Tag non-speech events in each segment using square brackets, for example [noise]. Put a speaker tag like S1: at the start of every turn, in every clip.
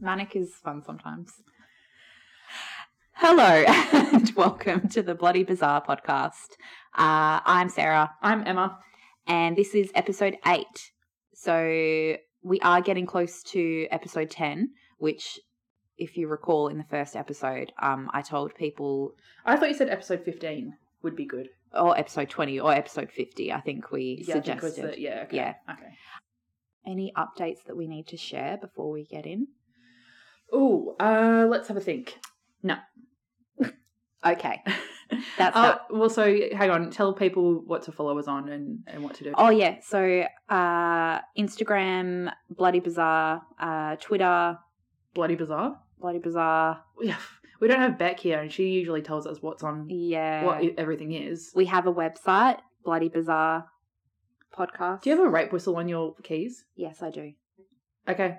S1: manic is fun sometimes. Hello [laughs] and welcome to the Bloody Bizarre podcast. Uh, I'm Sarah
S2: I'm Emma.
S1: and this is episode eight. So we are getting close to episode 10, which, if you recall in the first episode, um, I told people,
S2: I thought you said episode 15 would be good.
S1: or episode 20 or episode 50, I think we
S2: Yeah, I think
S1: suggested.
S2: was the, yeah, okay.
S1: Yeah.
S2: Okay.
S1: Any updates that we need to share before we get in?
S2: Ooh, uh, let's have a think.
S1: Okay.
S2: [laughs]
S1: That's
S2: uh,
S1: that.
S2: well, so hang on. Tell people what to follow us on and, and what to do.
S1: Oh yeah, so uh, Instagram, Bloody Bazaar, uh, Twitter,
S2: Bloody bizarre.
S1: Bloody Bazaar.
S2: Yeah, we don't have Beck here, and she usually tells us what's on,
S1: Yeah,
S2: what i- everything is.
S1: we have a website, Bloody Bazaar podcast.
S2: Do you have a rape whistle on your keys?
S1: yes, I do.
S2: Okay.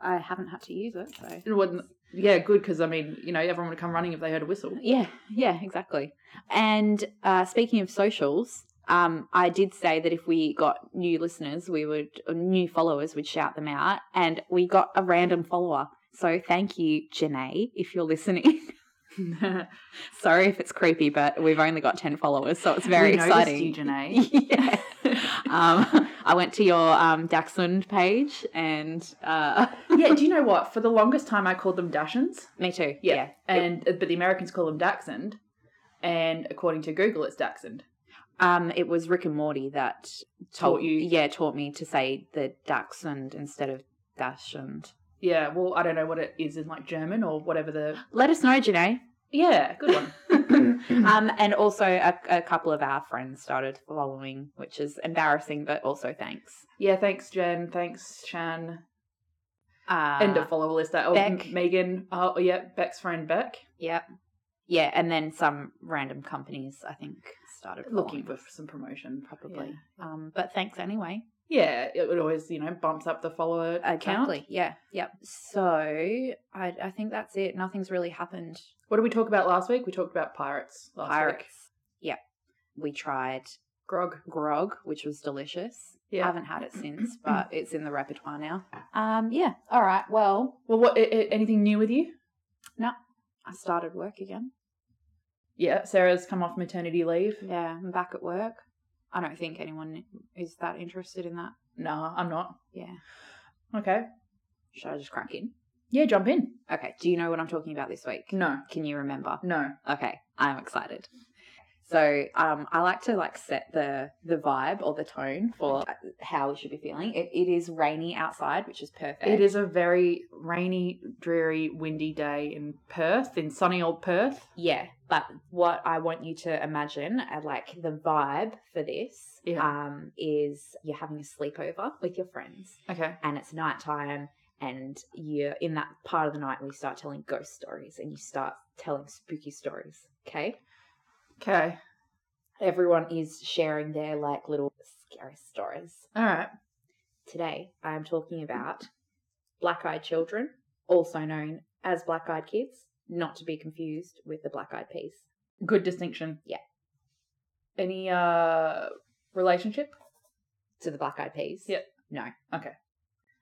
S1: I haven't had to use it, so
S2: It wouldn't- Yeah, good because I mean, you know, everyone would come running if they heard a whistle.
S1: yeah, yeah, exactly. And uh, speaking of socials, um, I did say that if we got new listeners, we would or new followers would shout them out, and we got a random follower. So thank you, Janae, if you're listening. [laughs] Sorry if it's creepy, but we've only got 10 followers, so it's very
S2: [laughs] We noticed
S1: exciting. [laughs]
S2: you, Janae.
S1: yeah. um, I went to your um, Dachshund page and
S2: [laughs]
S1: uh,
S2: yeah, do you know what? For the longest time, I called them Dashins.
S1: me too.
S2: Yeah.
S1: Yeah.
S2: and uh, but the Americans call them Dachshund, and according to Google, it's Dachshund.
S1: Um, it was Rick and Morty that
S2: Taught
S1: told
S2: you.
S1: Yeah, taught me to say the Dachshund instead of Dachshund.
S2: Yeah, well, I don't know what it is in like German or whatever
S1: [gasps]
S2: the.
S1: Let us know,
S2: [coughs]
S1: Janae.
S2: Yeah, good one.
S1: um, and also a, a couple of our friends started following, which is embarrassing, but also thanks.
S2: Yeah, thanks, Jen. Thanks, Shan.
S1: Uh,
S2: End of follower list. That. Oh,
S1: Beck.
S2: M- Megan. Oh, yeah, Beck's friend Beck.
S1: Yep. Yeah, and then some random companies I think started
S2: Looking for
S1: following us,
S2: some promotion,
S1: probably.
S2: [laughs] probably.
S1: Um, but thanks anyway.
S2: Yeah. it would always, you know, bumps up the follower
S1: Exactly.
S2: count.
S1: Yeah. Yep. So I I think that's it. Nothing's really happened.
S2: What did we talk about last week? We talked about pirates last
S1: Pirates.
S2: week.
S1: Yep. We tried
S2: Grog.
S1: grog, which was delicious. I
S2: Yeah.
S1: haven't had it
S2: [clears throat]
S1: since, but it's in the repertoire now. Um. Yeah. All right. Well,
S2: Well, what? a- a- anything new with you?
S1: I started work again.
S2: Yeah, Sarah's come off maternity leave.
S1: Yeah. I'm back at work. I don't think anyone is that interested in that.
S2: Nah, I'm not.
S1: Yeah.
S2: Okay.
S1: Should I just crack in?
S2: Yeah, jump in.
S1: Okay. Do you know what I'm talking about this week?
S2: No,
S1: Can you remember?
S2: no.
S1: Okay, I'm excited. So um, I like to like set the the vibe or the tone for how we should be feeling. It, it is rainy outside, which is perfect.
S2: It is a very rainy, dreary, windy day in Perth, in sunny old Perth.
S1: yeah. But what I want you to imagine, uh, like the vibe for this,
S2: Yeah.
S1: um, is you're having a sleepover with your friends,
S2: Okay.
S1: and it's nighttime, and you're in that part of the night where you start telling ghost stories and you start telling spooky stories. Okay.
S2: Okay.
S1: Everyone is sharing their like little scary stories.
S2: All right.
S1: Today, I am talking about black eyed children, also known as black eyed kids, not to be confused with the black eyed peas.
S2: Good distinction.
S1: Yeah.
S2: Any uh relationship?
S1: To the black eyed peas.
S2: Yeah.
S1: No.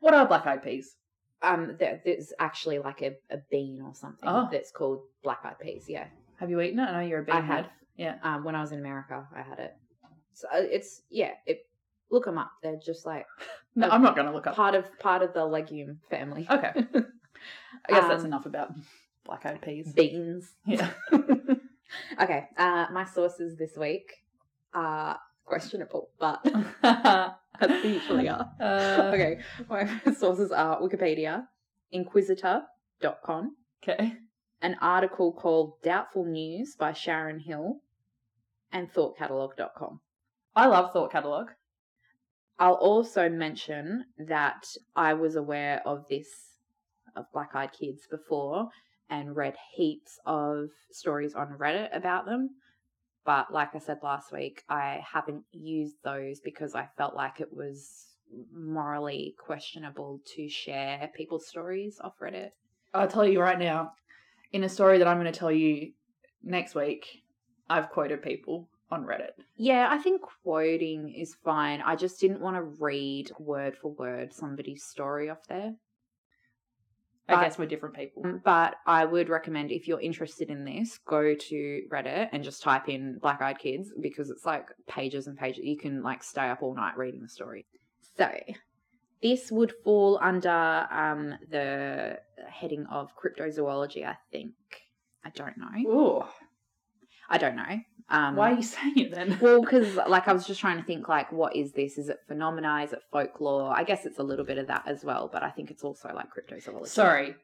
S2: What are black eyed peas?
S1: Um, there, there's actually like a, a bean or something
S2: Oh.
S1: that's called black eyed peas. Yeah.
S2: Have you eaten it? I know you're a big
S1: I have.
S2: Yeah.
S1: Um, when I was in America, I had it. So uh, it's, yeah, it, look them up. They're just like
S2: No, I'm not going to look up.
S1: part of part of the legume family.
S2: Oh. [laughs] Okay. I guess that's
S1: Um,
S2: enough about black eyed peas.
S1: Beans.
S2: [laughs] Yeah.
S1: okay. Uh, my sources this week are questionable,
S2: [laughs]
S1: but as they usually are.
S2: Uh, [laughs] okay.
S1: okay, my [laughs] sources are Wikipedia, Inquisitor.com,
S2: Okay.
S1: an article called Doubtful News by Sharon Hill, and ThoughtCatalog.com.
S2: I love Thought Catalog.
S1: I'll also mention that I was aware of this, of Black Eyed Kids before, and read heaps of stories on Reddit about them. But like I said last week, I haven't used those because I felt like it was morally questionable to share people's stories off Reddit.
S2: I'll tell you right now, in a story that I'm going to tell you next week, I've quoted people on Reddit.
S1: Yeah, I think quoting is fine. I just didn't want to read word for word somebody's story off there.
S2: I
S1: But-
S2: guess we're different people.
S1: But I would recommend if you're interested in this, go to Reddit and just type in Black Eyed Kids because it's like pages and pages. You can like stay up all night reading the story. So this would fall under um, the heading of cryptozoology, I think. I don't know.
S2: Ooh,
S1: I don't know. Um,
S2: why are you saying it then?
S1: well, because like I was just trying to think, like, what is this? Is it phenomena? Is it folklore? I guess it's a little bit of that as well, but I think it's also like cryptozoology.
S2: [laughs] Sorry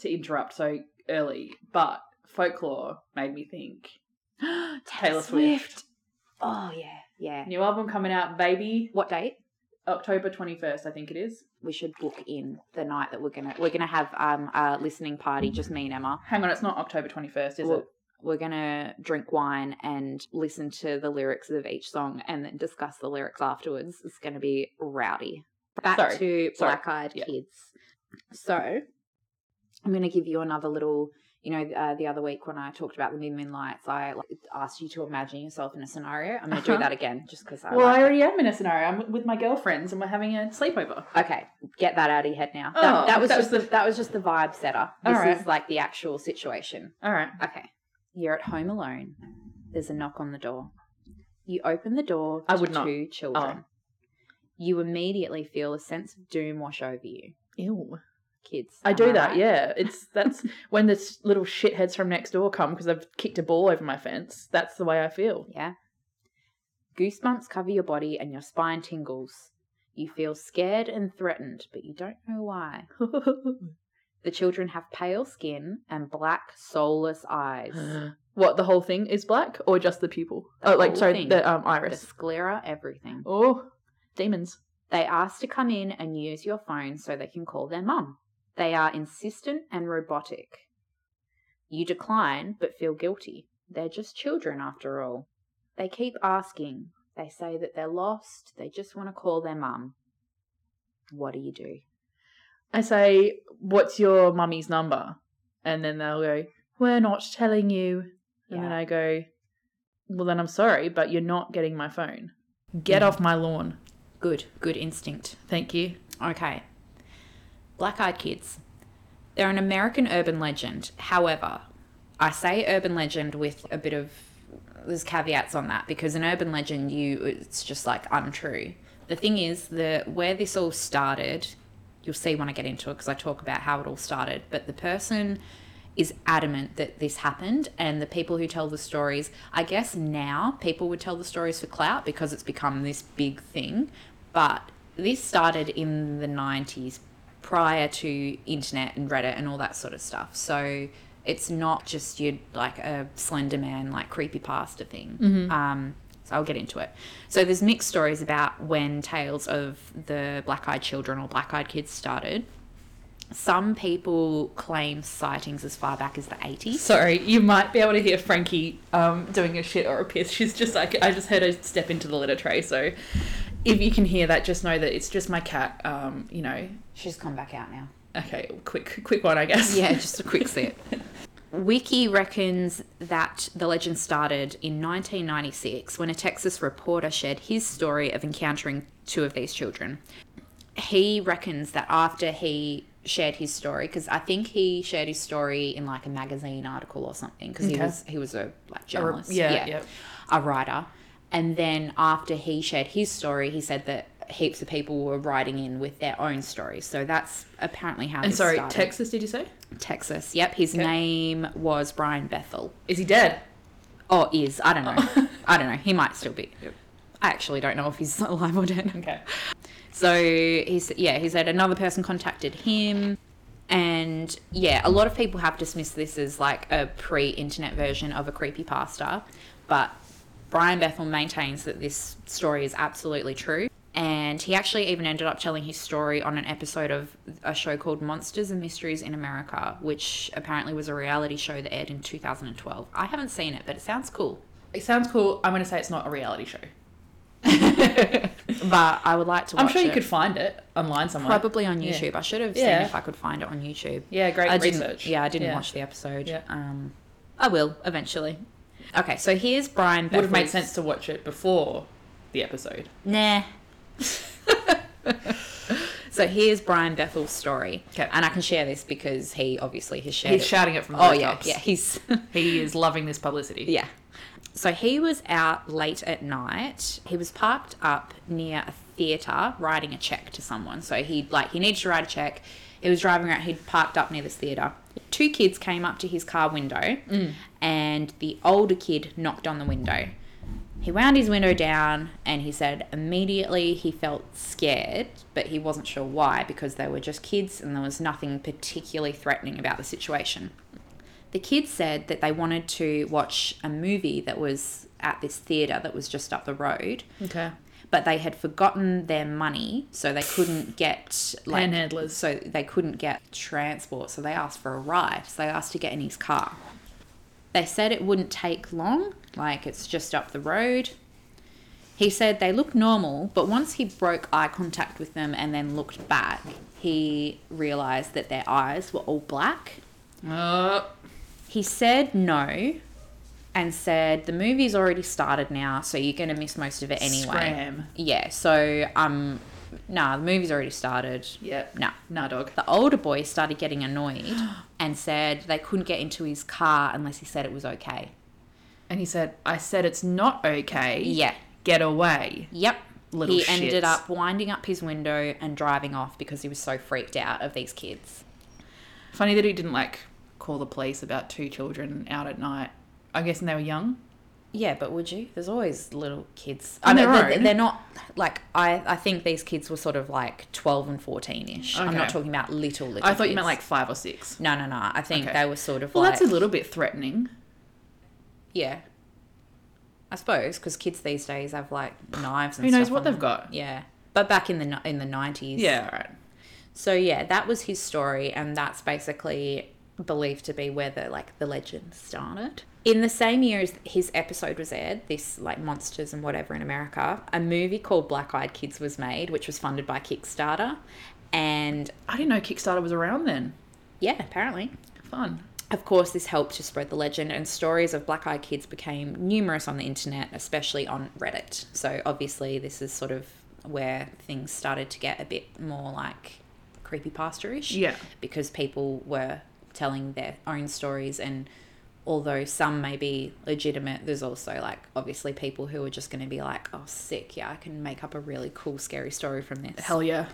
S2: to interrupt so early, but folklore made me think.
S1: [gasps] Taylor,
S2: Taylor Swift.
S1: Oh yeah, yeah.
S2: New album coming out, baby.
S1: What date?
S2: October 21st, I think it is.
S1: We should book in the night that we're gonna we're gonna have um a listening party. Just me and Emma.
S2: Hang on, it's not October 21st, is
S1: Well,
S2: it?
S1: We're gonna drink wine and listen to the lyrics of each song and then discuss the lyrics afterwards. It's gonna be rowdy. Back
S2: Sorry.
S1: to
S2: Sorry.
S1: Black Eyed
S2: Yeah.
S1: Kids. So I'm gonna give you another little. You know, uh, the other week when I talked about the Min Min lights, I like, asked you to imagine yourself in a scenario. I'm gonna do
S2: Uh-huh.
S1: that again just because I.
S2: Well,
S1: like
S2: I
S1: it.
S2: already am in a scenario. I'm with my girlfriends and we're having a sleepover.
S1: Okay, get that out of your head now. that,
S2: Oh,
S1: that was
S2: that
S1: just
S2: was
S1: the, that was just the vibe setter.
S2: All
S1: This
S2: right.
S1: is like the actual situation.
S2: All right.
S1: Okay, you're at home alone. There's a knock on the door. You open the door
S2: I
S1: to
S2: would not. Oh.
S1: two children. You immediately feel a sense of doom wash over you,
S2: Ew.
S1: kids.
S2: I
S1: am
S2: do that,
S1: right?
S2: yeah.
S1: [laughs]
S2: It's that's when the s- little shitheads from next door come because I've kicked a ball over my fence. That's the way
S1: [laughs]
S2: I feel.
S1: Yeah. Goosebumps cover your body and your spine tingles. You feel scared and threatened, but you don't know why. The children have pale skin and black, soulless
S2: [gasps]
S1: eyes. [gasps]
S2: what the whole thing is black or just the pupil?
S1: The
S2: oh, like
S1: whole
S2: sorry,
S1: thing.
S2: the um
S1: the
S2: iris.
S1: sclera, everything.
S2: Oh, demons.
S1: They ask to come in and use your phone so they can call their mum. They are insistent and robotic. You decline but feel guilty. They're just children after all. They keep asking. They say that they're lost. They just want to call their mum. What do you do?
S2: I say, "What's your mummy's number?" And then they'll go, "We're not telling you." And then
S1: Yeah.
S2: I go, "Well, then I'm sorry, but you're not getting my phone. Get
S1: Mm.
S2: off my lawn.
S1: Good, good instinct.
S2: Thank you."
S1: Okay. Black Eyed Kids. They're an American urban legend. However, I say urban legend with a bit of there's caveats on that because an urban legend you it's just like untrue. The thing is the where this all started, you'll see when I get into it because I talk about how it all started, but the person is adamant that this happened and the people who tell the stories, I guess now people would tell the stories for clout because it's become this big thing, but this started in the 90s prior to internet and Reddit and all that sort of stuff. So it's not just you like a slender man like creepypasta thing. Um, so I'll get into it. So there's mixed stories about when tales of the black-eyed children or black-eyed kids started. Some people claim sightings as far back as the 80s.
S2: Sorry, you might be able to hear Frankie um, doing a shit or a piss. She's just like, I just heard her step into the litter tray. So if you can hear that, just know that it's just my cat. Um, you know,
S1: She's come back out now.
S2: okay, quick, quick one, I guess.
S1: Yeah, just a quick sip. Wiki reckons that the legend started in 1996 when a Texas reporter shared his story of encountering two of these children. He reckons that after he shared his story, because I think he shared his story in like a magazine article or something, because he
S2: Okay.
S1: was he was a like journalist,
S2: yeah, yeah.
S1: a writer. And then after he shared his story, he said that heaps of people were writing in with their own stories. So that's apparently how.
S2: [laughs] And
S1: this
S2: sorry,
S1: started.
S2: Texas, did you say?
S1: Texas. Yep, his name was Brian Bethel.
S2: Is he dead?
S1: Or is, I don't know. I don't know. He might still be. I actually don't know if he's [laughs] alive or dead.
S2: Okay.
S1: So he said, yeah, he said another person contacted him. And yeah, a lot of people have dismissed this as like a pre internet version of a creepypasta. But Brian Bethel maintains that this story is absolutely true. And he actually even ended up telling his story on an episode of a show called Monsters and Mysteries in America, which apparently was a reality show that aired in 2012. I haven't seen it, but it sounds
S2: [laughs]
S1: cool.
S2: It sounds cool. I'm going to say it's not a
S1: [laughs]
S2: reality show.
S1: But I would like to watch
S2: I'm sure you
S1: it.
S2: could find it online somewhere.
S1: Probably on
S2: Yeah.
S1: YouTube. I should have
S2: Yeah.
S1: seen if I could find it on YouTube.
S2: Yeah, great
S1: I didn't-
S2: research.
S1: yeah, I didn't
S2: Yeah.
S1: watch the episode.
S2: Yeah.
S1: Um, I will eventually. Okay, so here's Brian.
S2: Would have made
S1: Bethel's-
S2: sense to watch it before the episode.
S1: Nah. [laughs] So here's Brian Bethel's story,
S2: 'Kay.
S1: and I can share this because he obviously has shared.
S2: He's
S1: it.
S2: shouting it from the
S1: oh yeah,
S2: rooftops.
S1: yeah, he's [laughs]
S2: He is loving this publicity.
S1: yeah. So he was out late at night. He was parked up near a theater writing a check to someone. So he like he needed to write a check. He was driving around. He'd parked up near this theater. Two kids came up to his car window, and the older kid knocked on the window. He wound his window down and he said immediately he felt scared, but he wasn't sure why because they were just kids and there was nothing particularly threatening about the situation the kids said that they wanted to watch a movie that was at this theater that was just up the road
S2: Okay.
S1: but they had forgotten their money so they couldn't get like
S2: Panhandlers.
S1: so they couldn't get transport so they asked for a ride so they asked to get in his car they said it wouldn't take long like it's just up the road he said they looked normal but once he broke eye contact with them and then looked back he realized that their eyes were all black
S2: Uh,
S1: he said no and said the movie's already started now so you're going to miss most of it anyway
S2: Scram.
S1: yeah so um nah the movie's already started
S2: yeah.
S1: no
S2: Nah, dog.
S1: the older boy started getting
S2: [gasps]
S1: annoyed and said they couldn't get into his car unless he said it was okay
S2: And he said, I said it's not okay.
S1: yeah
S2: Get away.
S1: yep
S2: Little
S1: he
S2: shits.
S1: ended up winding up his window and driving off because he was so freaked out of these kids
S2: Funny that he didn't like call the police about two children out at night. I'm guessing they were young.
S1: Yeah, but would you? There's always little kids. I
S2: On
S1: mean,
S2: their
S1: they're,
S2: own?
S1: they're not like I. I think these kids were sort of like twelve and fourteen ish. I'm not
S2: Okay.
S1: talking about little little.
S2: I thought you meant like
S1: kids.
S2: five or six.
S1: No, no, no. I think
S2: Okay.
S1: they were sort of
S2: Well,
S1: like.
S2: that's a little bit threatening.
S1: yeah. I suppose because kids these days have like knives. and
S2: Who knows
S1: stuff
S2: what
S1: on
S2: they've
S1: them.
S2: got?
S1: Yeah, but back in the ni- in the nineties.
S2: Yeah, all right.
S1: So yeah, that was his story, and that's basically believed to be where the like the legend started. In the same year as his episode was aired, this like monsters and whatever in America, a movie called Black Eyed Kids was made, which was funded by Kickstarter, and
S2: I didn't know Kickstarter was around then.
S1: yeah, apparently.
S2: Fun.
S1: Of course, this helped to spread the legend, and stories of black eyed kids became numerous on the internet, especially on Reddit. So, obviously, this is sort of where things started to get a bit more like creepypasta ish
S2: Yeah.
S1: because people were telling their own stories and although some may be legitimate there's also like obviously people who are just going to be like oh sick yeah i can make up a really cool scary story from this
S2: Hell yeah.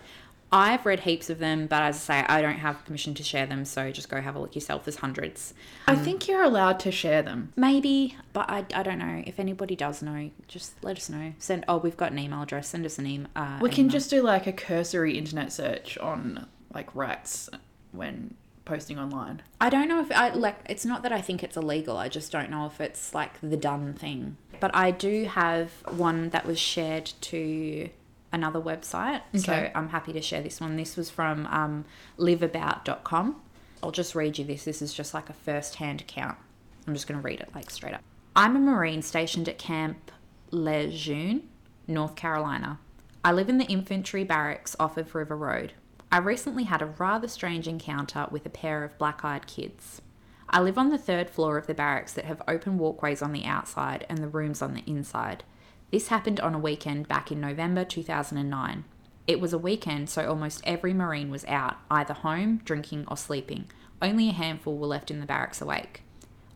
S1: i've read heaps of them but as i say i don't have permission to share them so just go have a look yourself there's hundreds
S2: I think you're allowed to share them.
S1: maybe but i, I don't know if anybody does know just let us know send oh we've got an email address send us an email uh,
S2: We
S1: an
S2: can
S1: email.
S2: just do like a cursory internet search on like rats when posting online.
S1: I don't know if I like it's not that I think it's illegal. I just don't know if it's like the done thing. But I do have one that was shared to another website. So
S2: Okay.
S1: I'm happy to share this one. This was from um, liveabout.com. I'll just read you this. This is just like a first hand account. I'm just going to read it like straight up. I'm a Marine stationed at Camp Lejeune, North Carolina. I live in the infantry barracks off of River Road. I recently had a rather strange encounter with a pair of black eyed kids. I live on the third floor of the barracks that have open walkways on the outside and the rooms on the inside. This happened on a weekend back in November 2009. It was a weekend, so almost every Marine was out, either home, drinking, or sleeping. Only a handful were left in the barracks awake.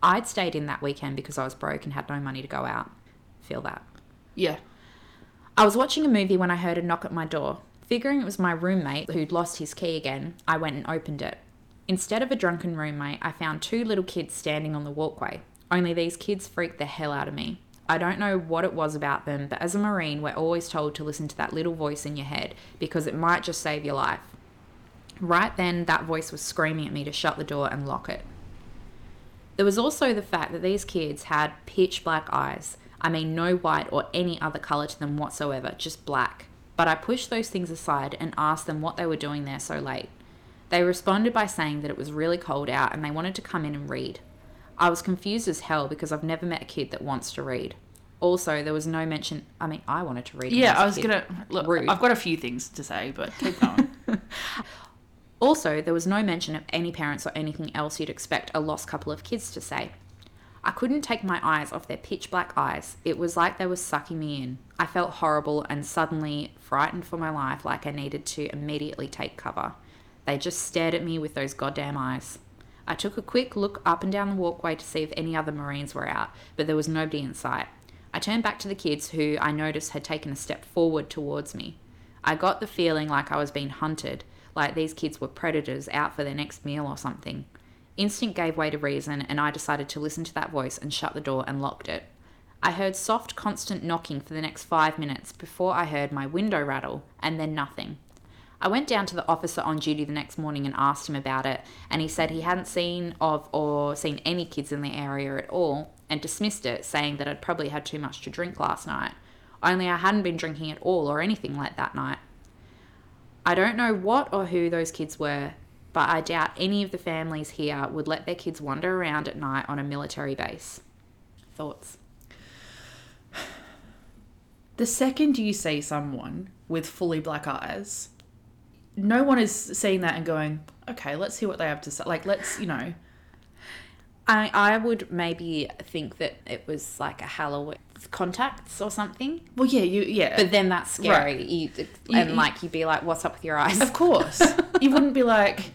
S1: I'd stayed in that weekend because I was broke and had no money to go out. Feel that.
S2: Yeah.
S1: I was watching a movie when I heard a knock at my door. Figuring it was my roommate who'd lost his key again, I went and opened it. Instead of a drunken roommate, I found two little kids standing on the walkway. Only these kids freaked the hell out of me. I don't know what it was about them, but as a Marine, we're always told to listen to that little voice in your head because it might just save your life. Right then, that voice was screaming at me to shut the door and lock it. There was also the fact that these kids had pitch black eyes. I mean, no white or any other colour to them whatsoever, just black. But I pushed those things aside and asked them what they were doing there so late. They responded by saying that it was really cold out and they wanted to come in and read. I was confused as hell because I've never met a kid that wants to read. Also, there was no mention. I mean, I wanted to read. when
S2: Yeah,
S1: a
S2: I was
S1: kid.
S2: gonna look.
S1: Rude.
S2: I've got a few things to say, but keep going.
S1: [laughs] Also, there was no mention of any parents or anything else you'd expect a lost couple of kids to say. I couldn't take my eyes off their pitch black eyes. It was like they were sucking me in. I felt horrible and suddenly frightened for my life, like I needed to immediately take cover. They just stared at me with those goddamn eyes. I took a quick look up and down the walkway to see if any other Marines were out, but there was nobody in sight. I turned back to the kids who I noticed had taken a step forward towards me. I got the feeling like I was being hunted, like these kids were predators out for their next meal or something. Instinct gave way to reason, and I decided to listen to that voice and shut the door and locked it. I heard soft, constant knocking for the next five minutes before I heard my window rattle, and then nothing. I went down to the officer on duty the next morning and asked him about it, and he said he hadn't seen of or seen any kids in the area at all, and dismissed it, saying that I'd probably had too much to drink last night. Only I hadn't been drinking at all or anything like that night. I don't know what or who those kids were, but I doubt any of the families here would let their kids wander around at night on a military base. Thoughts?
S2: [laughs] The second you see someone with fully black eyes, no one is seeing that and going, okay, let's see what they have to say. Like, let's, you know,
S1: I, I would maybe think that it was like a Halloween contacts or something,
S2: well, yeah, you, yeah.
S1: but then that's scary.
S2: Right.
S1: You,
S2: You-
S1: and
S2: you-
S1: like you'd be like, what's up with your eyes?
S2: of course, you wouldn't be like,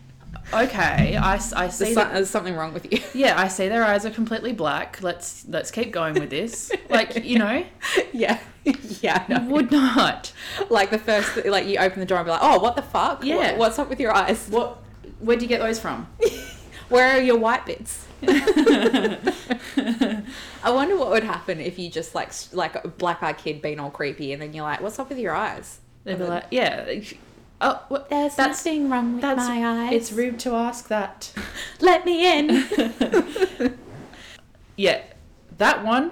S2: okay, I, s- I see
S1: There's,
S2: that
S1: so- there's something wrong with [laughs] you.
S2: yeah, I see their eyes are completely black. Let's let's keep going with [laughs] this. Like, you know,
S1: yeah, [laughs] yeah.
S2: you would not.
S1: Like the first, like you open the door and be like, oh, what the fuck?
S2: Yeah.
S1: What- what's up with your eyes?
S2: What where do you get those from?
S1: Where are your white [laughs] bits? I wonder what would happen if you just like s- like a black eyed kid being all creepy and then you're like, what's up with your eyes?
S2: They'd be like, yeah. like, Oh, what?
S1: There's
S2: That's-
S1: nothing wrong with
S2: that's-
S1: my eyes.
S2: It's rude to ask that.
S1: Let me [laughs] in.
S2: Yeah, that one,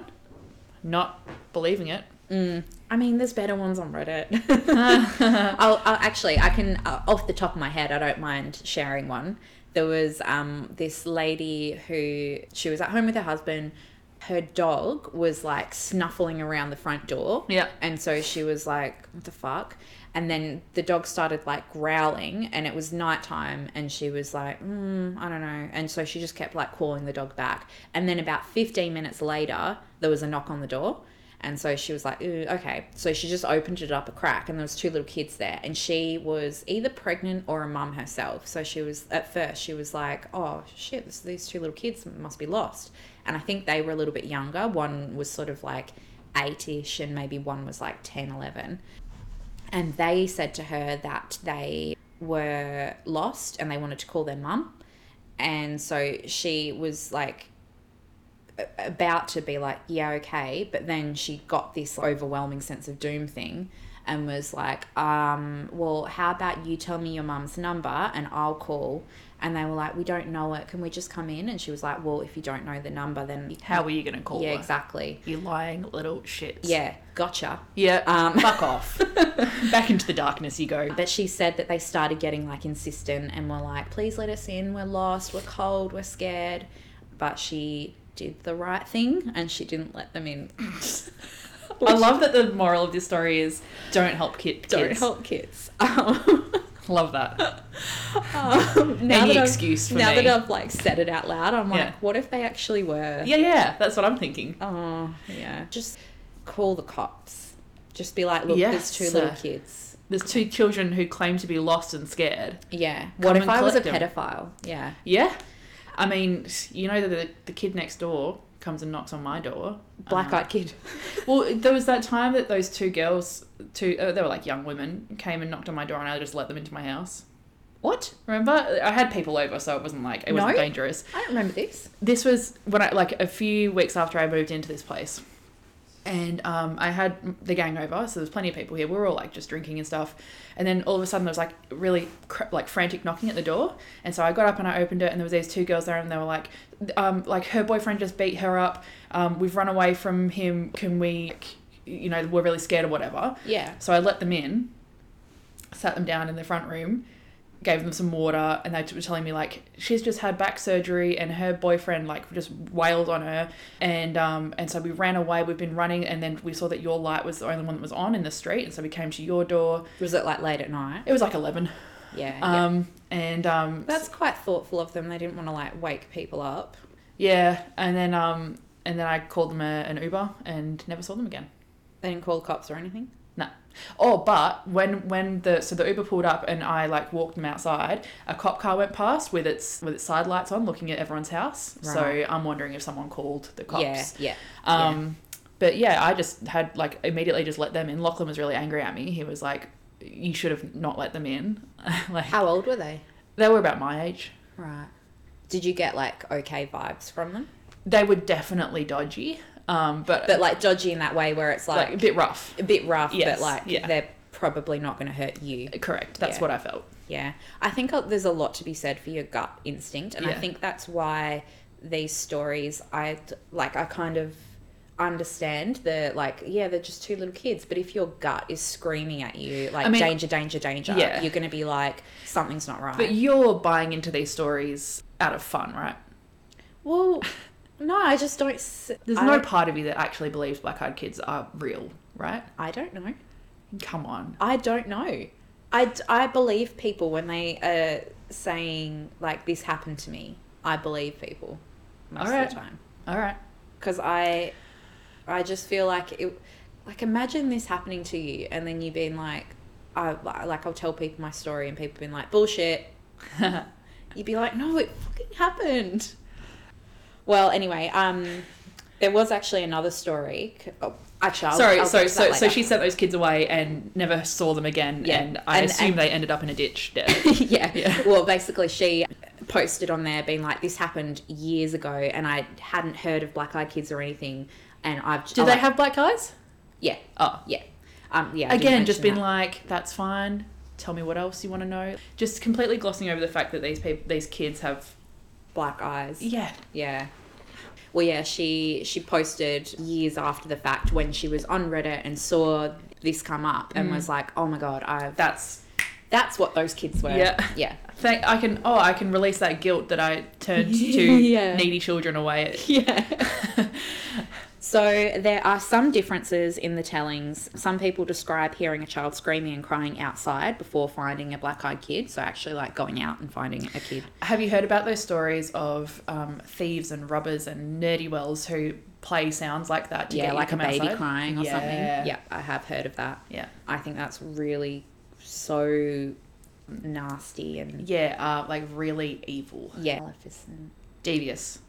S2: not believing it.
S1: I mean, there's better ones on Reddit. [laughs] I'll, I'll actually, I can uh, off the top of my head, I don't mind sharing one. There was um, this lady who she was at home with her husband. Her dog was like snuffling around the front door.
S2: Yeah.
S1: And so she was like, what the fuck? And then the dog started like growling and it was nighttime and she was like, mm, I don't know. And so she just kept like calling the dog back. And then about 15 minutes later, there was a knock on the door. And so she was like, Ooh, okay. So she just opened it up a crack and there was two little kids there. And she was either pregnant or a mum herself. So she was, at first, she was like, oh shit, this, these two little kids must be lost. And I think they were a little bit younger. One was sort of like, 8ish and maybe one was like 10 11 and they said to her that they were lost and they wanted to call their mum and so she was like a- about to be like yeah okay but then she got this overwhelming sense of doom thing and was like um well how about you tell me your mum's number and i'll call and they were like we don't know it can we just come in and she was like well if you don't know the number then
S2: How are you gonna call
S1: yeah
S2: her?
S1: exactly
S2: You lying little shits.
S1: yeah gotcha
S2: Yeah.
S1: Um.
S2: [laughs] Fuck off. Back into the darkness you go.
S1: But she said that they started getting like insistent and were like, please let us in. We're lost. We're cold. We're scared. But she did the right thing and she didn't let them
S2: [laughs]
S1: in.
S2: I love that the moral of this story is don't help kid, kids.
S1: Don't help kids. [laughs] Um,
S2: Love that.
S1: um, now
S2: [laughs] Any
S1: that I've-
S2: excuse for
S1: now
S2: me.
S1: that I've like said it out loud, I'm
S2: Yeah.
S1: like, what if they actually were?
S2: yeah, yeah. That's what I'm thinking.
S1: Oh, yeah. Just call the cops. Just be like, look,
S2: Yes,
S1: there's two little
S2: sir.
S1: kids.
S2: There's two children who claim to be lost and scared.
S1: Yeah. What
S2: Come
S1: if
S2: and
S1: I was a
S2: collect
S1: pedophile? Yeah.
S2: Yeah. I mean, you know that the, the kid next door comes and knocks on my door. Um,
S1: Black eyed kid.
S2: Well, there was that time that those two girls, two uh, they were like young women, came and knocked on my door, and I just let them into my house.
S1: What?
S2: Remember, I had people over, so it wasn't like it wasn't
S1: No.
S2: dangerous.
S1: I don't remember this.
S2: This was when I like a few weeks after I moved into this place, and um, I had the gang over, so there was plenty of people here. We were all like just drinking and stuff, and then all of a sudden there was like really cr- like frantic knocking at the door, and so I got up and I opened it, and there was these two girls there, and they were like, um, like her boyfriend just beat her up. Um, we've run away from him. Can we? You know, we're really scared or whatever.
S1: Yeah.
S2: So I let them in, sat them down in the front room, gave them some water, and they were telling me like she's just had back surgery and her boyfriend like just wailed on her, and um and so we ran away. We've been running, and then we saw that your light was the only one that was on in the street, and so we came to your door.
S1: Was it like late at night?
S2: It was like eleven.
S1: Yeah. yeah.
S2: Um and um
S1: That's quite thoughtful of them. They didn't want to like wake people up.
S2: yeah, and then um and then I called them a, an Uber and never saw them again.
S1: They didn't call the cops or anything.
S2: Oh, but when when the so the Uber pulled up and I like walked them outside, a cop car went past with its with its side lights on, looking at everyone's house.
S1: Right.
S2: So I'm wondering if someone called the cops.
S1: Yeah, yeah.
S2: Um, But yeah, I just had like immediately just let them in. Lachlan was really angry at me. He was like, "You should have not let them in." [laughs] like
S1: How old were they?
S2: they were about my age.
S1: Right. Did you get like okay vibes from them?
S2: They were definitely dodgy, um, but,
S1: But like dodgy in that way where it's
S2: like,
S1: Uh, like,
S2: a bit rough.
S1: a bit rough,
S2: Yes,
S1: but like
S2: yeah.
S1: they're probably not going to hurt you.
S2: Correct. That's
S1: Yeah.
S2: what I felt.
S1: Yeah. I think uh, there's a lot to be said for your gut instinct. And I
S2: Yeah.
S1: think that's why these stories, I like, I kind of understand the like yeah they're just two little kids but if your gut is screaming at you like
S2: I mean-
S1: danger danger danger
S2: Yeah.
S1: you're gonna be like something's not right
S2: But you're buying into these stories out of fun, right?
S1: well no i just don't s-
S2: There's
S1: I
S2: no
S1: don't-
S2: part of you that actually believes black-eyed kids are real, right?
S1: i don't know
S2: Come on.
S1: I don't know. I, d- I believe people when they are saying, like, this happened to me. I believe people most of
S2: Alright.
S1: the time.
S2: All right.
S1: Because I, I just feel like it, like, imagine this happening to you and then you being like, I, like, I'll tell people my story and people being like, bullshit. You'd be like, no, it fucking happened. Well, anyway, um, there was actually another story. c- Oh, actually, [laughs] I'll,
S2: Sorry,
S1: I'll
S2: so
S1: get to that
S2: so, so
S1: later.
S2: she sent those kids away and never saw them again,
S1: Yeah.
S2: and I
S1: And-
S2: assume
S1: and-
S2: they ended up in a ditch dead.
S1: [coughs] [laughs] yeah.
S2: [laughs] Yeah.
S1: Well, basically, she posted on there being like, "This happened years ago, and I hadn't heard of Black Eyed Kids or anything." And I've
S2: Did
S1: I
S2: they
S1: like-
S2: have black eyes?
S1: yeah,
S2: Oh,
S1: yeah, um, yeah. I didn't
S2: again, just
S1: mention
S2: been
S1: that.
S2: like, that's fine. Tell me what else you want to know. Just completely glossing over the fact that these people, these kids have,
S1: black eyes.
S2: yeah,
S1: Yeah. Well, yeah, she she posted years after the fact when she was on Reddit and saw this come up
S2: Mm.
S1: and was like, "Oh my god, I've
S2: that's.
S1: that's what those kids were."
S2: Yeah. [laughs]
S1: yeah,
S2: Thank, I can. Oh, I can release that guilt that I
S1: [laughs]
S2: turned to
S1: Yeah.
S2: needy children away.
S1: yeah. [laughs] So there are some differences in the tellings. Some people describe hearing a child screaming and crying outside before finding a black-eyed kid. So actually, like going out and finding a kid.
S2: Have you heard about those stories of um, thieves and robbers and nerdy wells who play sounds like that? To
S1: yeah,
S2: get
S1: like a
S2: you to come
S1: baby
S2: outside?
S1: crying or something.
S2: Yeah.
S1: Yeah, I have heard of that.
S2: Yeah.
S1: I think that's really so nasty and
S2: Yeah, uh, like really evil,
S1: yeah. Maleficent.
S2: devious.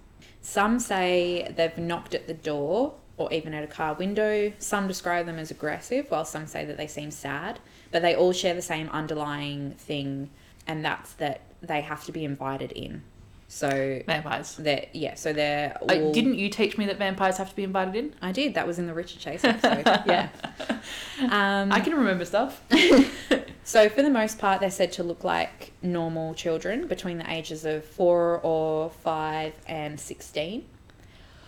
S1: Some say they've knocked at the door or even at a car window. Some describe them as aggressive, while some say that they seem sad. But they all share the same underlying thing, and that's that they have to be invited in. So
S2: Vampires.
S1: they're yeah, so they're all.
S2: Uh, didn't you teach me that vampires have to be invited in?
S1: I did. That was in the Richard Chase
S2: [laughs]
S1: episode. yeah. Um,
S2: I can remember
S1: [laughs]
S2: stuff.
S1: So, for the most part, they're said to look like normal children between the ages of four or five and 16.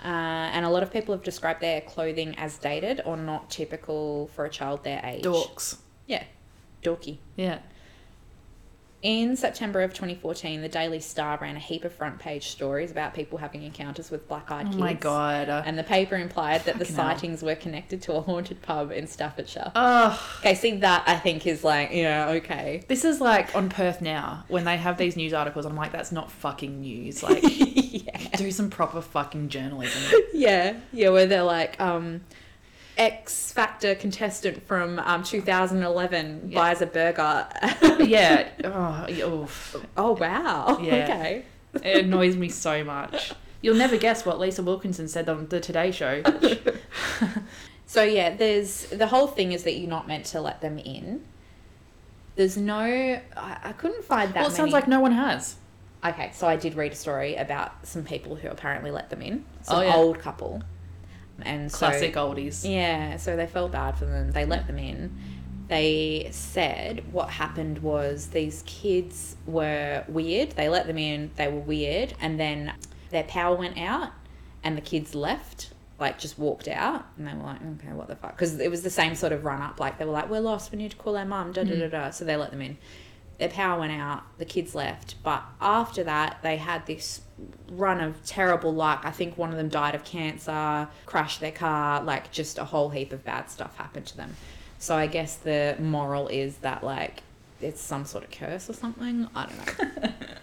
S1: Uh, and a lot of people have described their clothing as dated or not typical for a child their age.
S2: Dorks.
S1: Yeah, dorky.
S2: Yeah.
S1: In September of 2014, the Daily Star ran a heap of front page stories about people having encounters with black eyed
S2: Oh
S1: kids.
S2: my god. Uh,
S1: And the paper implied that the
S2: Fucking hell.
S1: sightings were connected to a haunted pub in Staffordshire.
S2: oh,
S1: Okay, see, that I think is like, yeah, okay. [laughs]
S2: this is like on Perth now when they have these news articles. I'm like, that's not fucking news.
S1: [laughs]
S2: Like,
S1: yeah.
S2: do some proper fucking journalism.
S1: [laughs] yeah, yeah, where they're like, um, X Factor contestant from um, 2011
S2: Yeah.
S1: buys a burger.
S2: yeah. Oh, yeah, oof.
S1: oh, wow. [laughs]
S2: Yeah.
S1: Okay.
S2: It annoys me so much. You'll never guess what Lisa Wilkinson said on the Today
S1: [laughs]
S2: Show.
S1: So, yeah, there's the whole thing is that you're not meant to let them in. There's no, I, I couldn't find that.
S2: well, it sounds like
S1: many-
S2: no one has.
S1: Okay, so I did read a story about some people who apparently let them in. It's
S2: Oh,
S1: an
S2: yeah.
S1: old couple. And so-
S2: Classic oldies.
S1: Yeah, so they felt bad for them. They let them in. They said what happened was these kids were weird. They let them in, they were weird, and then their power went out and the kids left, like just walked out. And they were like, okay, what the fuck? Because it was the same sort of run up. Like they were like, we're lost, we need to call our mum, da da da da. So they let them in. Their power went out, the kids left. But after that, they had this run of terrible luck. I think one of them died of cancer, crashed their car, like just a whole heap of bad stuff happened to them. So I guess the moral is that like it's some sort of curse or something. I don't know.
S2: [laughs]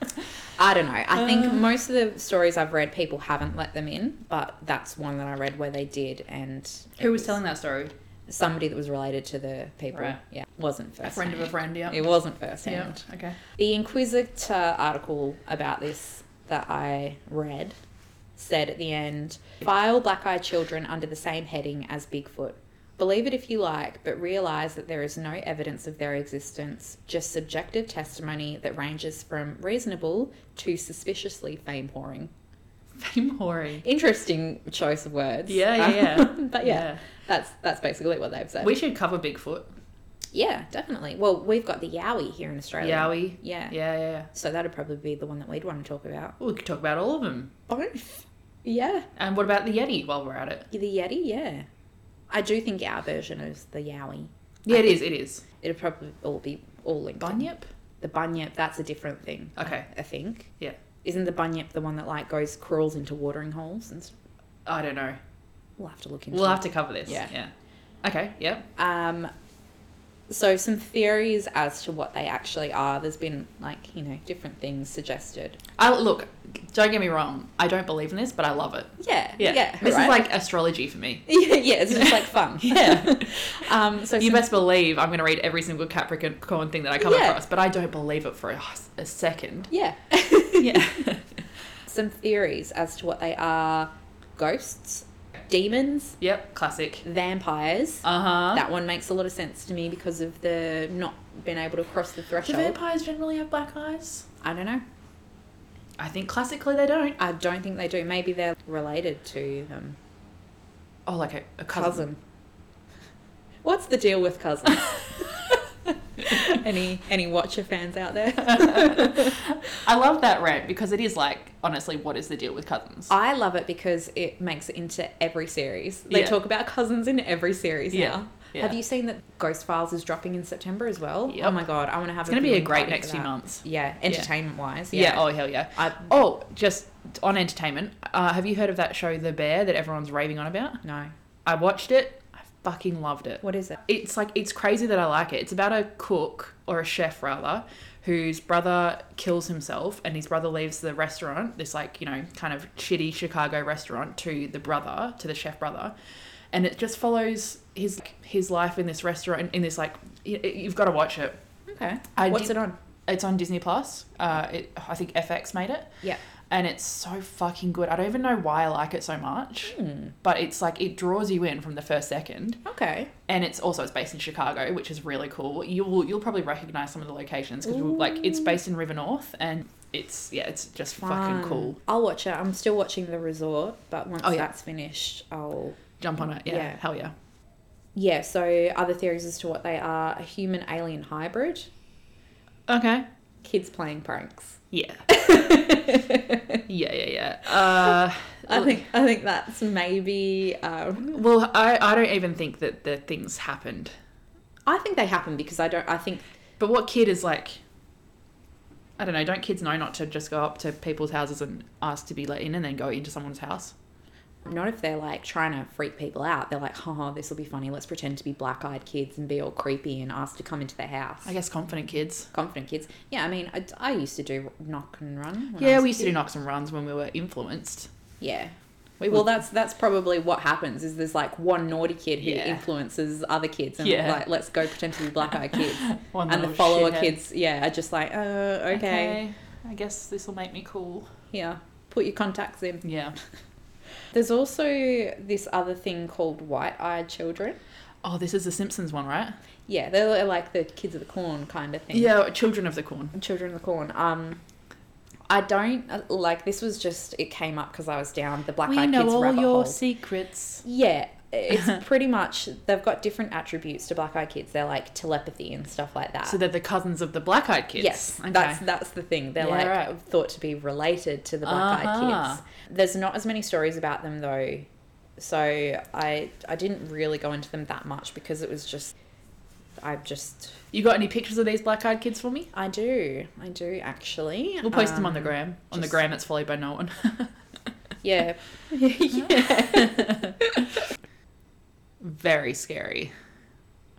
S1: I don't know. I think
S2: Uh.
S1: most of the stories I've read, people haven't let them in, but that's one that I read where they did, and it
S2: Who was telling that story?
S1: somebody that was related to the people.
S2: Right.
S1: Yeah, wasn't first.
S2: A friend of a friend, yeah.
S1: It wasn't first
S2: Yeah.
S1: hand.
S2: Okay. [laughs]
S1: The Inquisitor article about this that I read said at the end file black eyed children under the same heading as Bigfoot. Believe it if you like, but realise that there is no evidence of their existence, just subjective testimony that ranges from reasonable to suspiciously fame whoring.
S2: Fame hoary.
S1: Interesting choice of words. Um,
S2: Yeah, yeah, yeah.
S1: [laughs] but yeah, that's that's basically what they've said.
S2: We should cover Bigfoot.
S1: yeah, definitely. Well, we've got the Yowie here in Australia.
S2: Yowie.
S1: Yeah.
S2: Yeah, yeah, yeah.
S1: So that'd probably be the one that we'd want to talk about.
S2: Well, we could talk about all of them.
S1: Both. Yeah.
S2: And what about the Yeti while we're at it?
S1: The Yeti, yeah. I do think our version is the Yowie.
S2: Yeah, it is, it is.
S1: It'll probably all be all linked. in.
S2: Bunyip?
S1: The bunyip, that's a different thing,
S2: Okay.
S1: I think.
S2: Yeah.
S1: Isn't the bunyip the one that like goes crawls into watering holes and stuff?
S2: I don't know.
S1: We'll have to look into
S2: We'll
S1: it.
S2: have to cover this.
S1: Yeah.
S2: Yeah. Okay, yeah.
S1: Um, so some theories as to what they actually are. There's been like you know different things suggested.
S2: I look, don't get me wrong, I don't believe in this, but I love it.
S1: Yeah,
S2: Yeah. this is like astrology for me.
S1: [laughs] yeah, yeah. It's just like fun.
S2: [laughs] Yeah.
S1: um, so
S2: You
S1: some-
S2: best believe I'm going to read every single Capricorn thing that I come
S1: Yeah.
S2: across, but I don't believe it for a, a second.
S1: [laughs] yeah.
S2: [laughs] Yeah.
S1: some theories as to what they are: ghosts, demons,
S2: yep, classic.
S1: vampires.
S2: Uh huh.
S1: that one makes a lot of sense to me because of the not being able to cross the
S2: Do
S1: threshold.
S2: vampires generally have black eyes?
S1: I don't know.
S2: I think classically they don't.
S1: I don't think they do. Maybe they're related to them.
S2: Oh, like a, a
S1: cousin.
S2: cousin.
S1: What's the deal with [laughs] cousins? any any Watcher fans out there?
S2: [laughs] I love that rant because it is like, honestly, what is the deal with cousins?
S1: I love it because it makes it into every series. They
S2: Yeah.
S1: talk about cousins in every series
S2: Yeah.
S1: now.
S2: Yeah.
S1: Have you seen that Ghost Files is dropping in September as well? Oh
S2: Yep.
S1: my god, I want to have.
S2: it's going to be a
S1: viewing
S2: great
S1: party
S2: next
S1: for
S2: few
S1: that.
S2: months.
S1: Yeah, entertainment wise. Yeah.
S2: Yeah. Oh, hell yeah.
S1: I
S2: Oh, just on entertainment. Uh, have you heard of that show, The Bear, that everyone's raving on about?
S1: no.
S2: I watched it. I fucking loved it.
S1: What is it?
S2: It's like it's crazy that I like it. It's about a cook or a chef rather whose brother kills himself and his brother leaves the restaurant, this like, you know, kind of shitty Chicago restaurant to the brother, to the chef brother. And it just follows his his life in this restaurant in this like y- you've got to watch it.
S1: Okay.
S2: I
S1: What's
S2: did-
S1: it on?
S2: It's on Disney Plus. Uh, it, I think FX made it
S1: Yeah.
S2: and it's so fucking good. I don't even know why I like it so much,
S1: Hmm.
S2: but it's like it draws you in from the first second.
S1: Okay.
S2: And it's also it's based in Chicago, which is really cool. You'll you'll probably recognize some of the locations because like it's based in River North, and it's yeah, it's just
S1: Fun.
S2: fucking cool.
S1: I'll watch it. I'm still watching The Resort, but once
S2: Oh, yeah.
S1: that's finished, I'll
S2: Jump on it, yeah,
S1: Yeah.
S2: hell yeah.
S1: Yeah, so other theories as to what they are a human alien hybrid,
S2: Okay,
S1: kids playing pranks.
S2: yeah, [laughs] yeah, yeah, yeah. Uh,
S1: I think I think that's maybe um,
S2: well, I I don't even think that the things happened.
S1: I think they happen because I don't I think
S2: But what kid is like? I don't know. Don't kids know not to just go up to people's houses and ask to be let in, and then go into someone's house?
S1: not if they're like trying to freak people out. They're like, haha, this will be funny. Let's pretend to be black eyed kids and be all creepy and ask to come into their house.
S2: I guess confident kids.
S1: Confident kids. Yeah, I mean, I, I used to do knock and run. when I
S2: yeah,
S1: was a
S2: we used to
S1: kid.
S2: do knocks and runs when we were influenced.
S1: Yeah.
S2: We
S1: well,
S2: would-
S1: that's that's probably what happens. Is there's like one naughty kid who
S2: Yeah.
S1: influences other kids, and
S2: Yeah. Oh,
S1: like let's go pretend to be black
S2: [laughs]
S1: eyed kids,
S2: One
S1: and the
S2: little
S1: follower
S2: shithead.
S1: kids, yeah, are just like, oh, okay,
S2: I guess this will make me cool.
S1: yeah, put your contacts in.
S2: Yeah.
S1: There's also this other thing called white eyed children.
S2: Oh, this is the Simpsons one, right?
S1: Yeah, they're like the kids of the corn kind of thing.
S2: Yeah, Children of the Corn.
S1: Children of the Corn. Um, I don't uh, like this. Was just it came up because I was down the black
S2: we
S1: eyed
S2: know
S1: kids
S2: all
S1: rabbit
S2: your
S1: hole.
S2: secrets. [laughs]
S1: Yeah, it's pretty much they've got different attributes to black eyed kids. They're like telepathy and stuff like that.
S2: So they're the cousins of the black-eyed kids.
S1: yes,
S2: Okay.
S1: that's that's the thing. They're
S2: Yeah,
S1: like
S2: right.
S1: thought to be related to the black eyed
S2: Uh-huh.
S1: kids. There's not as many stories about them though, so I I didn't really go into them that much because it was just I just
S2: you got any pictures of these black-eyed kids for me?
S1: I do I do actually.
S2: We'll post them on the
S1: Um,
S2: gram. On the
S1: just-
S2: gram, it's followed by no one. [laughs]
S1: Yeah,
S2: Very scary.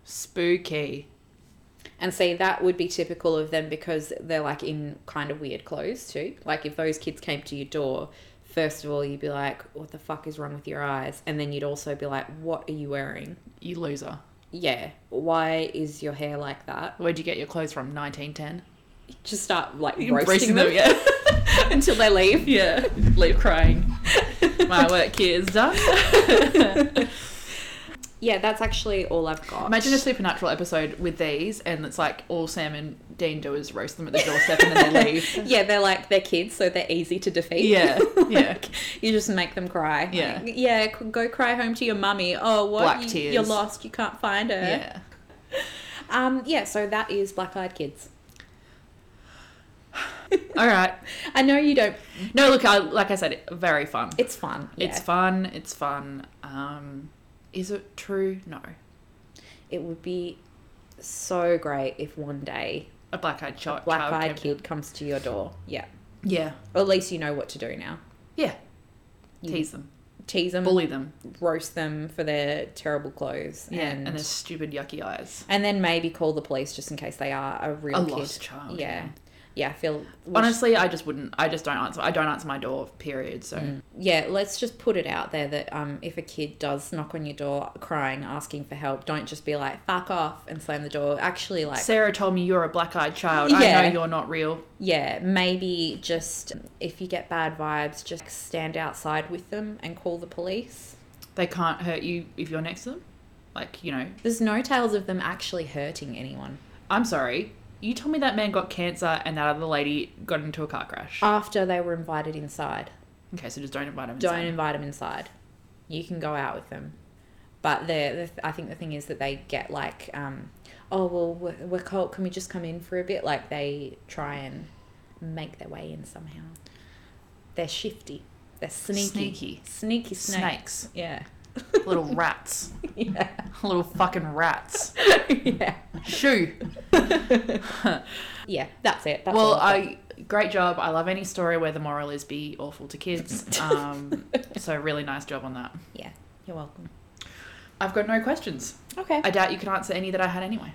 S2: Spooky.
S1: And see, that would be typical of them because they're like in kind of weird clothes too. Like if those kids came to your door, first of all, you'd be like, what the fuck is wrong with your eyes? And then you'd also be like, what are you wearing?
S2: You loser.
S1: Yeah. Why is your hair like that?
S2: Where'd you get your clothes from? 1910?
S1: Just start like roasting,
S2: Roasting
S1: them,
S2: yeah.
S1: [laughs] until they leave.
S2: [laughs] yeah. Leave [laughs] crying. My work here is done.
S1: Yeah, that's actually all I've got.
S2: Imagine a supernatural episode with these, and it's like all Sam and Dean do is roast them at the doorstep and
S1: [laughs]
S2: then they leave.
S1: yeah, they're like they're kids, so they're easy to defeat.
S2: Yeah,
S1: [laughs] Like,
S2: yeah.
S1: You just make them cry.
S2: Yeah.
S1: Like, yeah. c- Go cry home to your mummy. Oh, what?
S2: Black
S1: you,
S2: tears.
S1: You're lost. You can't find her.
S2: Yeah.
S1: Um. Yeah. So that is Black Eyed Kids.
S2: All right.
S1: I know you don't.
S2: No, look, I, like I said, very fun.
S1: It's fun. Yeah.
S2: It's fun. It's fun. Um, is it true? No.
S1: It would be so great if one day
S2: A black-eyed child.
S1: Black Eyed
S2: child came-
S1: Kid comes to your door. Yeah.
S2: Yeah.
S1: Or at least you know what to do now.
S2: Yeah.
S1: You
S2: Tease them.
S1: Tease them,
S2: Bully them.
S1: roast them for their terrible clothes,
S2: Yeah. And,
S1: and
S2: their stupid yucky eyes.
S1: and then maybe call the police just in case they are a real
S2: A
S1: kid.
S2: lost child.
S1: yeah. Yeah, I feel
S2: Honestly, I just wouldn't. I just don't answer. I don't answer my door. Period. So
S1: Mm, yeah, let's just put it out there that um if a kid does knock on your door crying, asking for help, don't just be like, fuck off and slam the door. Actually like
S2: Sarah told me you're a black-eyed child. I
S1: Yeah.
S2: know you're not real.
S1: yeah, maybe just if you get bad vibes, just stand outside with them and call the police.
S2: They can't hurt you if you're next to them. Like you know,
S1: There's no tales of them actually hurting anyone.
S2: I'm sorry. You told me that man got cancer and that other lady got into a car crash.
S1: After they were invited inside.
S2: okay, so just don't invite him.
S1: don't
S2: inside.
S1: invite them inside. You can go out with them, but the, the I think the thing is that they get like, um, oh well, we're, we're cold. Can we just come in for a bit? Like they try and make their way in somehow. They're shifty. They're sneaky.
S2: Sneaky.
S1: Sneaky snake.
S2: Snakes.
S1: [laughs] Yeah.
S2: Little rats.
S1: yeah.
S2: Little fucking rats.
S1: [laughs] yeah.
S2: Shoo.
S1: Yeah. That's it. That's
S2: well,
S1: all I've got.
S2: I great job. I love any story where the moral is be awful
S1: [laughs]
S2: to kids. Um, so really nice job on that.
S1: yeah. You're welcome.
S2: I've got no questions.
S1: Okay.
S2: I doubt you can answer any that I had anyway.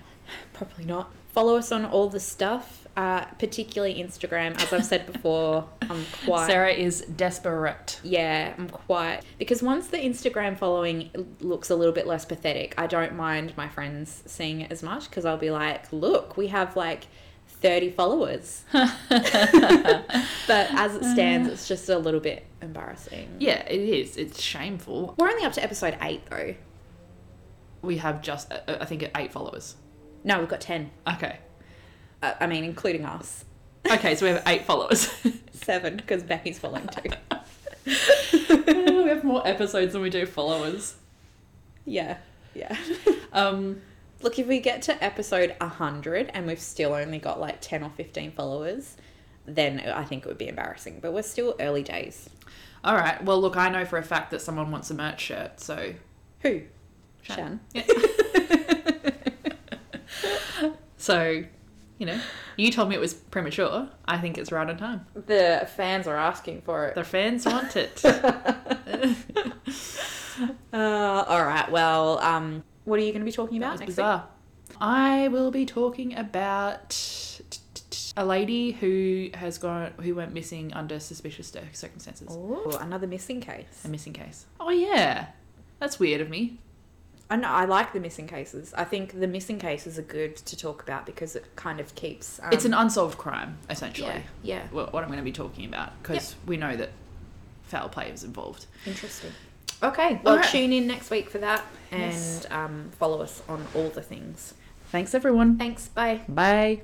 S1: Probably not. Follow us on all the stuff, uh, particularly Instagram. As I've said before, [laughs] I'm quite.
S2: Sarah is desperate.
S1: Yeah, I'm quite because once the Instagram following l- looks a little bit less pathetic, I don't mind my friends seeing it as much because I'll be like, look, we have like 30 followers. But as it stands, it's just a little bit embarrassing.
S2: yeah, it is. It's shameful.
S1: We're only up to episode 8 though.
S2: We have just, uh, I think, eight followers.
S1: No, we've got 10.
S2: Okay.
S1: Uh, I mean, including us.
S2: Okay, so we have eight followers. [laughs]
S1: 7 because Becky's following too.
S2: we have more episodes than we do followers.
S1: Yeah. Yeah.
S2: Um,
S1: Look, if we get to episode 100 and we've still only got like 10 or 15 followers, then I think it would be embarrassing. But we're still early days.
S2: all right. Well, look, I know for a fact that someone wants a merch shirt, so
S1: Who?
S2: Shan.
S1: Shan.
S2: so, you know, you told me it was premature. I think it's right on time.
S1: The fans are asking for it.
S2: The fans want it.
S1: Uh, all right. Well, um, what are [laughs] you going to be talking
S2: That
S1: about
S2: was
S1: next
S2: bizarre. I will be talking about a lady who has gone who went missing under suspicious cir- circumstances.
S1: week? Ooh, another missing case.
S2: A missing case. Oh yeah, that's weird of me.
S1: I know. I like the missing cases. I think the missing cases are good to talk about because it kind of keeps. Um,
S2: it's an unsolved crime essentially.
S1: yeah, yeah.
S2: What, what I'm going to be talking about because we know that foul play is involved.
S1: Interesting. Okay. Well,
S2: All right.
S1: tune in next week for that and
S2: Yes.
S1: um, follow us on all the things.
S2: Thanks everyone.
S1: Thanks. Bye.
S2: Bye.